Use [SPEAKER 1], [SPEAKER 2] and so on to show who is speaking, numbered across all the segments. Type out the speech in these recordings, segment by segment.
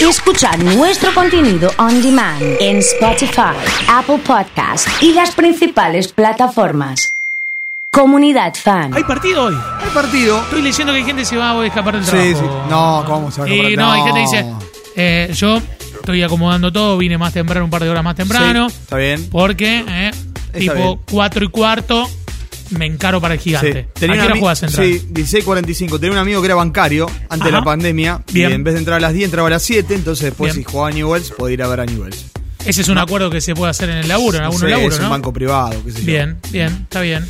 [SPEAKER 1] y escuchar nuestro contenido on demand en Spotify, Apple Podcast y las principales plataformas. Comunidad Fan.
[SPEAKER 2] Hay partido hoy.
[SPEAKER 3] El partido.
[SPEAKER 2] Estoy leyendo que hay gente que se va a escapar del
[SPEAKER 3] Sí, sí.
[SPEAKER 2] trabajo.
[SPEAKER 3] No, ¿cómo se va a escapar
[SPEAKER 2] Y
[SPEAKER 3] del
[SPEAKER 2] no, hay gente
[SPEAKER 3] trabajo?
[SPEAKER 2] que dice, eh, yo estoy acomodando todo, vine más temprano, un par de horas más temprano,
[SPEAKER 3] Sí, está bien.
[SPEAKER 2] porque eh,
[SPEAKER 3] Está
[SPEAKER 2] tipo
[SPEAKER 3] bien.
[SPEAKER 2] 4 y cuarto me encaro para el gigante.
[SPEAKER 3] Sí.
[SPEAKER 2] ¿A
[SPEAKER 3] Tenía
[SPEAKER 2] qué
[SPEAKER 3] un
[SPEAKER 2] hora
[SPEAKER 3] ami-
[SPEAKER 2] jugás central?
[SPEAKER 3] Sí, 16.45. Tenía un amigo que era bancario antes de
[SPEAKER 2] Ajá.
[SPEAKER 3] la pandemia.
[SPEAKER 2] Bien.
[SPEAKER 3] Y en vez de entrar a las 10, entraba a las 7. Entonces, después,
[SPEAKER 2] Bien.
[SPEAKER 3] si jugaba a Newells, podía ir a ver a Newells.
[SPEAKER 2] Ese es un acuerdo que se puede hacer en el laburo, en
[SPEAKER 3] No
[SPEAKER 2] algún
[SPEAKER 3] sé,
[SPEAKER 2] laburo,
[SPEAKER 3] es
[SPEAKER 2] ¿no?
[SPEAKER 3] un banco privado, qué sé yo.
[SPEAKER 2] Bien, bien, está bien.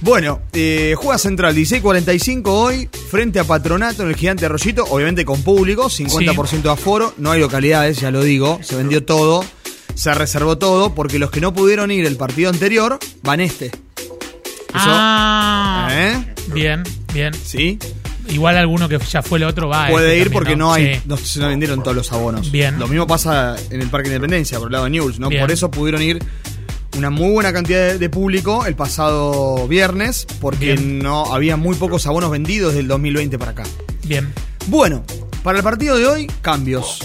[SPEAKER 3] Bueno, eh, juega Central 16.45 hoy frente a Patronato en el Gigante Arroyito, obviamente con público, 50% de aforo, no hay localidades, ya lo digo, se vendió todo, se reservó todo, porque los que no pudieron ir el partido anterior van este.
[SPEAKER 2] Ah,
[SPEAKER 3] ¿Eh?
[SPEAKER 2] bien, bien.
[SPEAKER 3] ¿Sí?
[SPEAKER 2] Igual alguno que ya fue el otro va.
[SPEAKER 3] Puede
[SPEAKER 2] este
[SPEAKER 3] ir
[SPEAKER 2] también,
[SPEAKER 3] porque no hay,
[SPEAKER 2] Sí.
[SPEAKER 3] no, se no vendieron todos los abonos.
[SPEAKER 2] Bien.
[SPEAKER 3] Lo mismo pasa en el Parque Independencia, por el lado de News, ¿no?
[SPEAKER 2] Bien.
[SPEAKER 3] Por eso pudieron ir una muy buena cantidad de, de público el pasado viernes, porque
[SPEAKER 2] Bien.
[SPEAKER 3] no había muy pocos abonos vendidos del 2020 para acá.
[SPEAKER 2] Bien.
[SPEAKER 3] Bueno, para el partido de hoy, cambios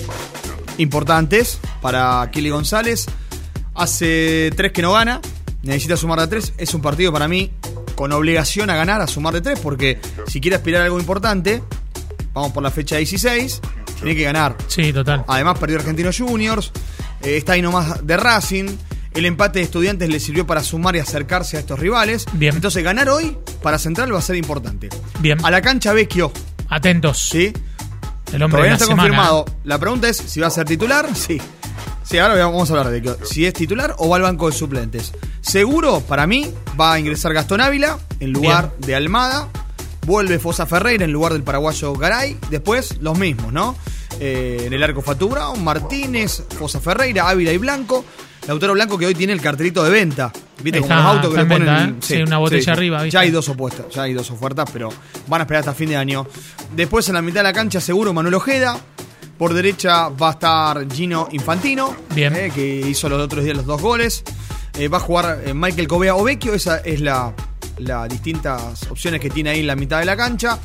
[SPEAKER 3] importantes para Kili González. Hace tres que no gana, necesita sumar de tres. Es un partido para mí con obligación a ganar, a sumar de tres, porque si quiere aspirar a algo importante, vamos por la fecha 16, tiene que ganar.
[SPEAKER 2] Sí, total.
[SPEAKER 3] Además, perdió Argentinos Juniors, eh, está ahí nomás de Racing. El empate de estudiantes le sirvió para sumar y acercarse a estos rivales.
[SPEAKER 2] Bien.
[SPEAKER 3] Entonces, ganar hoy para Central va a ser importante.
[SPEAKER 2] Bien.
[SPEAKER 3] A la cancha Vecchio,
[SPEAKER 2] Atentos.
[SPEAKER 3] ¿sí?
[SPEAKER 2] El hombre
[SPEAKER 3] Todavía no
[SPEAKER 2] de la
[SPEAKER 3] está
[SPEAKER 2] semana. ¿eh?
[SPEAKER 3] confirmado. La pregunta es si va a ser titular. Sí. Sí, ahora vamos a hablar de que- si es titular o va al banco de suplentes. Seguro, para mí, va a ingresar Gastón Ávila en lugar de Almada. Vuelve Fosa Ferreira en lugar del paraguayo Garay. Después, los mismos, ¿no? Eh, en el arco Fatu Brown, Martínez, Fosa Ferreira, Ávila y Blanco. Lautaro Blanco que hoy tiene el cartelito de venta. ¿Viste?
[SPEAKER 2] Está-
[SPEAKER 3] como los autos que
[SPEAKER 2] está
[SPEAKER 3] le
[SPEAKER 2] en
[SPEAKER 3] ponen.
[SPEAKER 2] venta, ¿eh? Sí, una botella arriba, ¿viste?
[SPEAKER 3] Ya hay dos opuestas, ya hay dos ofertas, pero van a esperar hasta fin de año. Después en la mitad de la cancha seguro Manuel Ojeda. Por derecha va a estar Gino Infantino,
[SPEAKER 2] Bien.
[SPEAKER 3] eh, que hizo los otros días los dos goles. Eh, va a jugar eh, Michael Cobea Ovecchio, esa es la las distintas opciones que tiene ahí en la mitad de la cancha.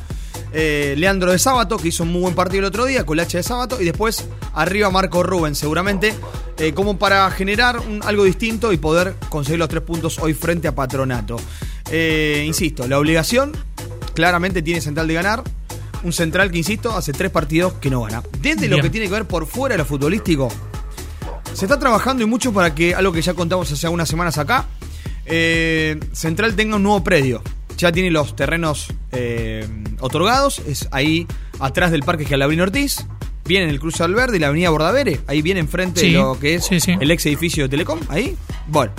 [SPEAKER 3] Eh, Leandro de Sábato, que hizo un muy buen partido el otro día, Colache de Sábato, y después arriba Marco Rubén, seguramente, eh, como para generar un- algo distinto y poder conseguir los tres puntos hoy frente a Patronato. Eh, insisto, la obligación claramente tiene Central de ganar. Un central que, insisto, hace tres partidos que no gana. Desde lo
[SPEAKER 2] Bien.
[SPEAKER 3] que tiene que ver por fuera de lo futbolístico, se está trabajando y mucho para que algo que ya contamos hace algunas semanas acá, eh, Central tenga un nuevo predio. Ya tiene los terrenos eh, otorgados, es ahí atrás del Parque Jalabrín Ortiz, viene en el Cruz Alverde y la Avenida Bordavere, ahí viene enfrente
[SPEAKER 2] Sí,
[SPEAKER 3] de lo que es
[SPEAKER 2] sí, sí.
[SPEAKER 3] el ex edificio de Telecom, ahí, bueno.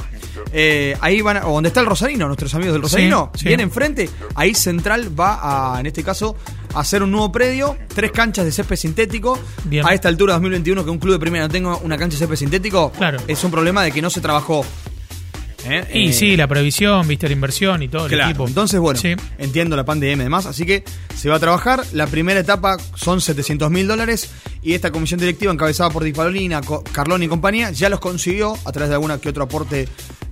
[SPEAKER 3] eh, ahí van, a- o donde está el Rosarino, nuestros amigos del Rosarino,
[SPEAKER 2] sí.
[SPEAKER 3] vienen enfrente, ahí Central va a, en este caso, a hacer un nuevo predio, tres canchas de césped sintético,
[SPEAKER 2] Bien.
[SPEAKER 3] a esta altura 2021 que un club de primera no tenga una cancha de césped sintético,
[SPEAKER 2] Claro.
[SPEAKER 3] es un problema de que no se trabajó. ¿eh?
[SPEAKER 2] Y
[SPEAKER 3] Eh,
[SPEAKER 2] sí, la previsión, viste la inversión y todo el
[SPEAKER 3] claro.
[SPEAKER 2] equipo.
[SPEAKER 3] Entonces, bueno,
[SPEAKER 2] Sí,
[SPEAKER 3] entiendo la pandemia y demás, así que se va a trabajar. La primera etapa son 700 mil dólares y esta comisión directiva encabezada por Di Paulina, Co- Carlón y compañía ya los consiguió a través de alguna que otro aporte de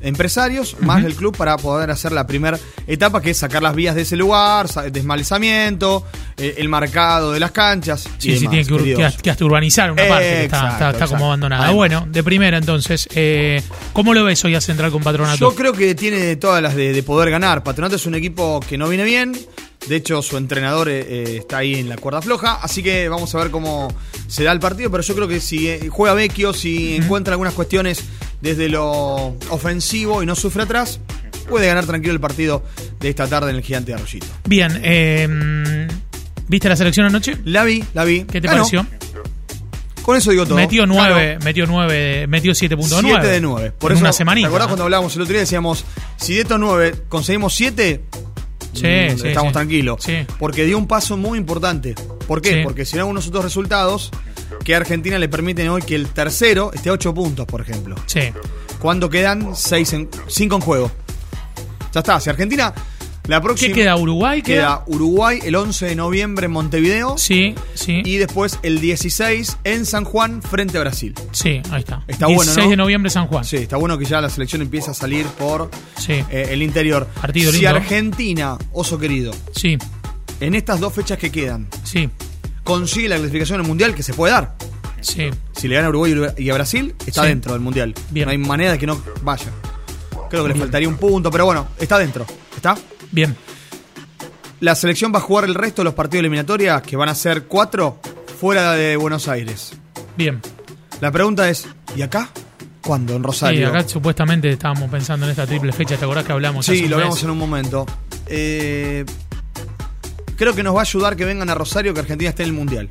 [SPEAKER 3] empresarios, más del club, para poder hacer la primera etapa, que es sacar las vías de ese lugar, sa- desmalezamiento, eh, el marcado de las canchas.
[SPEAKER 2] sí,
[SPEAKER 3] y
[SPEAKER 2] sí,
[SPEAKER 3] demás,
[SPEAKER 2] tiene que, ur-
[SPEAKER 3] queridos.
[SPEAKER 2] que hasta- que hasta urbanizar una
[SPEAKER 3] Eh,
[SPEAKER 2] parte que está,
[SPEAKER 3] exacto,
[SPEAKER 2] está- está
[SPEAKER 3] exacto.
[SPEAKER 2] como abandonada.
[SPEAKER 3] Además.
[SPEAKER 2] Bueno, de primera entonces, eh, ¿cómo lo ves hoy a Central con Patronato?
[SPEAKER 3] Yo creo que tiene todas las de, de poder ganar. Patronato es un equipo que no viene bien. De hecho, su entrenador eh, eh, está ahí en la cuerda floja. Así que vamos a ver cómo se da el partido. Pero yo creo que si eh, juega Vecchio, si encuentra algunas cuestiones desde lo ofensivo y no sufre atrás, puede ganar tranquilo el partido de esta tarde en el Gigante de Arroyito.
[SPEAKER 2] Bien, eh, ¿viste la selección anoche?
[SPEAKER 3] La vi, la vi.
[SPEAKER 2] ¿Qué te
[SPEAKER 3] Ganó.
[SPEAKER 2] pareció?
[SPEAKER 3] Con eso digo todo.
[SPEAKER 2] Metió
[SPEAKER 3] Ganó.
[SPEAKER 2] 9, metió 9, metió 7.9.
[SPEAKER 3] 7 de 9. Por
[SPEAKER 2] En
[SPEAKER 3] eso,
[SPEAKER 2] una semanita.
[SPEAKER 3] ¿Te acordás cuando hablábamos el otro día? Decíamos, si de estos 9 conseguimos 7,
[SPEAKER 2] Sí, sí,
[SPEAKER 3] estamos
[SPEAKER 2] sí.
[SPEAKER 3] tranquilos.
[SPEAKER 2] Sí.
[SPEAKER 3] Porque dio un paso muy importante. ¿Por qué?
[SPEAKER 2] Sí.
[SPEAKER 3] Porque si no, unos otros resultados que a Argentina le permiten hoy que el tercero esté a 8 puntos, por ejemplo.
[SPEAKER 2] Sí,
[SPEAKER 3] Cuando quedan 5 en, cinco en juego. Ya está. Si Argentina, la
[SPEAKER 2] ¿Qué
[SPEAKER 3] próxima.
[SPEAKER 2] queda? ¿Uruguay? ¿Queda?
[SPEAKER 3] Queda Uruguay el 11 de noviembre en Montevideo.
[SPEAKER 2] Sí, sí.
[SPEAKER 3] Y después el 16 en San Juan frente a Brasil.
[SPEAKER 2] Sí, ahí está.
[SPEAKER 3] Está bueno,
[SPEAKER 2] 16
[SPEAKER 3] ¿no?
[SPEAKER 2] de noviembre San Juan.
[SPEAKER 3] Sí, está bueno que ya la selección empieza a salir por
[SPEAKER 2] Sí.
[SPEAKER 3] eh, el interior.
[SPEAKER 2] Partido
[SPEAKER 3] si
[SPEAKER 2] lindo.
[SPEAKER 3] Argentina, oso querido,
[SPEAKER 2] Sí,
[SPEAKER 3] en estas dos fechas que quedan,
[SPEAKER 2] sí.
[SPEAKER 3] consigue la clasificación al mundial que se puede dar.
[SPEAKER 2] Sí.
[SPEAKER 3] Si le gana a Uruguay y a Brasil, está
[SPEAKER 2] Sí.
[SPEAKER 3] dentro del Mundial.
[SPEAKER 2] Bien.
[SPEAKER 3] No hay manera de que no vaya. Creo que le faltaría un punto, pero bueno, está dentro. ¿Está?
[SPEAKER 2] Bien.
[SPEAKER 3] La selección va a jugar el resto de los partidos eliminatorias, que van a ser cuatro, fuera de Buenos Aires.
[SPEAKER 2] Bien.
[SPEAKER 3] La pregunta es, ¿y acá? ¿Cuándo? En Rosario.
[SPEAKER 2] Y acá supuestamente estábamos pensando en esta triple fecha, ¿te acordás que hablamos? hace
[SPEAKER 3] Sí,
[SPEAKER 2] un
[SPEAKER 3] lo
[SPEAKER 2] mes?
[SPEAKER 3] vemos en un momento. Eh, creo que nos va a ayudar que vengan a Rosario que Argentina esté en el Mundial.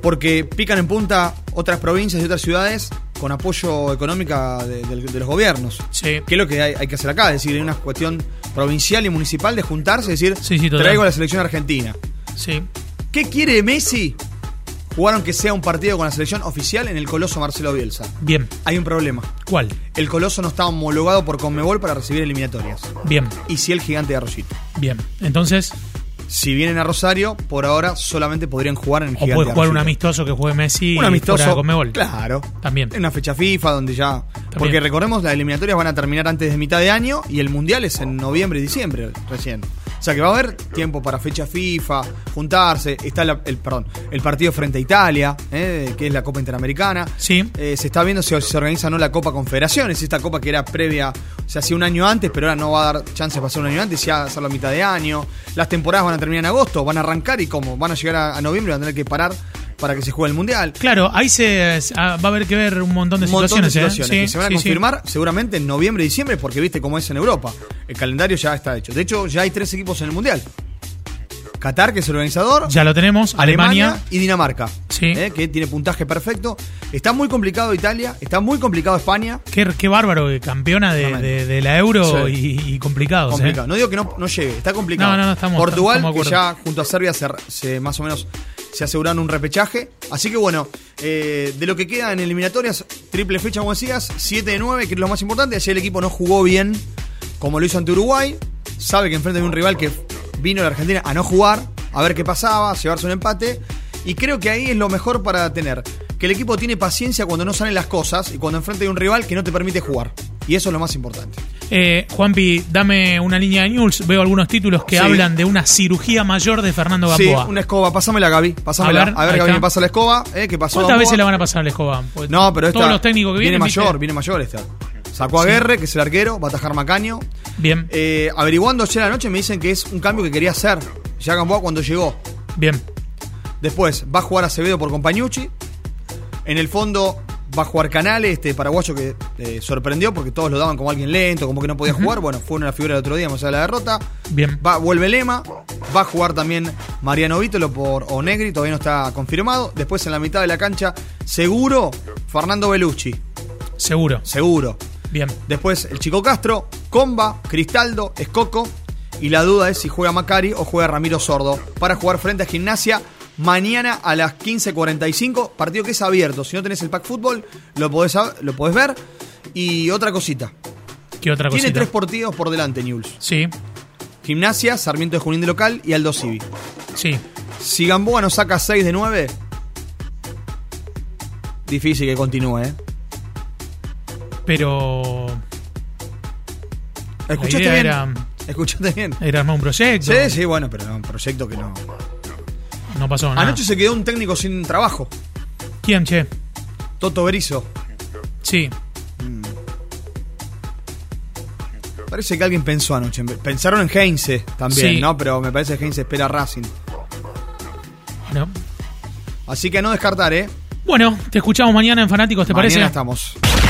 [SPEAKER 3] Porque pican en punta otras provincias y otras ciudades con apoyo económica de, del- de los gobiernos.
[SPEAKER 2] Sí.
[SPEAKER 3] Que es lo que hay, hay que hacer acá, es decir, hay una cuestión provincial y municipal de juntarse y decir,
[SPEAKER 2] Sí, sí, total.
[SPEAKER 3] traigo a la selección argentina.
[SPEAKER 2] Sí.
[SPEAKER 3] ¿Qué quiere Messi? Jugaron que sea un partido con la selección oficial en el Coloso Marcelo Bielsa.
[SPEAKER 2] Bien.
[SPEAKER 3] Hay un problema.
[SPEAKER 2] ¿Cuál?
[SPEAKER 3] El Coloso no está homologado por Conmebol para recibir eliminatorias.
[SPEAKER 2] Bien.
[SPEAKER 3] Y si el gigante de Arroyito.
[SPEAKER 2] Bien. Entonces,
[SPEAKER 3] Si vienen a Rosario, por ahora solamente podrían jugar en el
[SPEAKER 2] o
[SPEAKER 3] gigante.
[SPEAKER 2] puedes jugar un
[SPEAKER 3] Arroyito.
[SPEAKER 2] amistoso que juegue Messi
[SPEAKER 3] Un
[SPEAKER 2] fuera de
[SPEAKER 3] amistoso.
[SPEAKER 2] Conmebol.
[SPEAKER 3] Claro.
[SPEAKER 2] También.
[SPEAKER 3] En una fecha FIFA donde ya. Porque recordemos, las eliminatorias van a terminar antes de mitad de año y el mundial es en noviembre y diciembre recién. O sea que va a haber tiempo para fecha FIFA, juntarse. Está la- el, perdón, el partido frente a Italia, ¿eh? que es la Copa Interamericana.
[SPEAKER 2] Sí.
[SPEAKER 3] Eh, se está viendo si se organiza o no la Copa Confederaciones, esta copa que era previa, se hacía un año antes, pero ahora no va a dar chances para hacer un año antes, ya va a hacerlo a mitad de año. Las temporadas van a terminar en agosto, van a arrancar y como van a llegar a, a noviembre van a tener que parar para que se juegue el Mundial.
[SPEAKER 2] Claro, ahí se se- ah, va a haber que ver un montón de
[SPEAKER 3] Un montón de
[SPEAKER 2] situaciones. ¿eh?
[SPEAKER 3] situaciones que
[SPEAKER 2] Sí,
[SPEAKER 3] se van a
[SPEAKER 2] sí, sí.
[SPEAKER 3] confirmar seguramente en noviembre y diciembre, porque viste cómo es en Europa. El calendario ya está hecho. De hecho, ya hay tres equipos en el Mundial. Qatar, que es el organizador,
[SPEAKER 2] Ya lo tenemos. Alemania.
[SPEAKER 3] y Dinamarca,
[SPEAKER 2] Sí.
[SPEAKER 3] ¿eh? que tiene puntaje perfecto. Está muy complicado Italia, está muy complicado España.
[SPEAKER 2] Qué, qué bárbaro, eh, campeona de,
[SPEAKER 3] Tremendo.
[SPEAKER 2] de- de la Euro
[SPEAKER 3] Sí.
[SPEAKER 2] y, y complicados. ¿eh?
[SPEAKER 3] complicado. No digo que no, no llegue, está complicado.
[SPEAKER 2] No, no, no, estamos-
[SPEAKER 3] Portugal,
[SPEAKER 2] estamos de
[SPEAKER 3] que
[SPEAKER 2] acuerdo.
[SPEAKER 3] ya junto a Serbia se, se- más o menos se aseguraron un repechaje. Así que bueno, eh, de lo que queda en eliminatorias, triple fecha, como decías, 7 de 9, que es lo más importante. Ayer el equipo no jugó bien como lo hizo ante Uruguay. Sabe que enfrente de un rival que vino a la Argentina a no jugar, a ver qué pasaba, a llevarse un empate. Y creo que ahí es lo mejor para tener. Que el equipo tiene paciencia cuando no salen las cosas y cuando enfrente de un rival que no te permite jugar. Y eso es lo más importante.
[SPEAKER 2] Eh, Juanpi, dame una línea de news. Veo algunos títulos que
[SPEAKER 3] Sí.
[SPEAKER 2] hablan de una cirugía mayor de Fernando Gamboa.
[SPEAKER 3] Sí, una escoba. Pásamela, Gaby. Pásamela.
[SPEAKER 2] A
[SPEAKER 3] A
[SPEAKER 2] ver,
[SPEAKER 3] ver,
[SPEAKER 2] ahí
[SPEAKER 3] Gaby,
[SPEAKER 2] está.
[SPEAKER 3] me pasa la escoba. Eh, ¿Qué pasó?
[SPEAKER 2] ¿Cuántas
[SPEAKER 3] Gamboa?
[SPEAKER 2] veces la van a pasar al Escobar? Pues,
[SPEAKER 3] No, pero esta.
[SPEAKER 2] Todos los técnicos que vienen.
[SPEAKER 3] Viene
[SPEAKER 2] ¿viste?
[SPEAKER 3] mayor, viene mayor esta. Sacó a
[SPEAKER 2] Sí.
[SPEAKER 3] Guerre, que es el arquero, va a atajar Macaño.
[SPEAKER 2] Bien,
[SPEAKER 3] Eh, averiguando ayer a la noche me dicen que es un cambio que quería hacer. Ya Gamboa cuando llegó.
[SPEAKER 2] bien.
[SPEAKER 3] Después va a jugar Acevedo por Compañucci. En el fondo va a jugar Canales, este paraguayo que eh, sorprendió porque todos lo daban como alguien lento, como que no podía jugar. Bueno, fue una figura del otro día, más allá de la derrota.
[SPEAKER 2] Bien.
[SPEAKER 3] Va, vuelve Lema. Va a jugar también Mariano Vítolo por Onegri, todavía no está confirmado. Después en la mitad de la cancha, seguro, Fernando Belucci.
[SPEAKER 2] Seguro.
[SPEAKER 3] Seguro.
[SPEAKER 2] Bien.
[SPEAKER 3] Después el Chico Castro, Comba, Cristaldo, Escoco. Y la duda es si juega Macari o juega Ramiro Sordo para jugar frente a Gimnasia mañana a las 15.45. Partido que es abierto. Si no tenés el pack fútbol, lo podés, a- lo podés ver. Y otra cosita.
[SPEAKER 2] ¿Qué otra
[SPEAKER 3] Tiene
[SPEAKER 2] cosita?
[SPEAKER 3] tres partidos por delante, News.
[SPEAKER 2] Sí,
[SPEAKER 3] Gimnasia, Sarmiento de Junín de local y Aldo Civi.
[SPEAKER 2] sí.
[SPEAKER 3] Si Gamboa nos saca 6 de 9, difícil que continúe, ¿eh?
[SPEAKER 2] Pero
[SPEAKER 3] ¿Escuchaste
[SPEAKER 2] idea
[SPEAKER 3] bien?
[SPEAKER 2] era-
[SPEAKER 3] ¿Escuchaste bien?
[SPEAKER 2] era armar un proyecto.
[SPEAKER 3] Sí, sí, bueno, pero no, un proyecto que no.
[SPEAKER 2] No pasó nada.
[SPEAKER 3] Anoche se quedó un técnico sin trabajo,
[SPEAKER 2] ¿Quién, che?
[SPEAKER 3] Toto Berizo.
[SPEAKER 2] Sí.
[SPEAKER 3] Parece que alguien pensó anoche. Pensaron en Heinze también,
[SPEAKER 2] Sí.
[SPEAKER 3] ¿no? Pero me parece que Heinze espera a Racing.
[SPEAKER 2] Bueno.
[SPEAKER 3] Así que a no descartar, ¿eh?
[SPEAKER 2] Bueno, te escuchamos mañana en Fanáticos, ¿te
[SPEAKER 3] Mañana
[SPEAKER 2] parece?
[SPEAKER 3] estamos.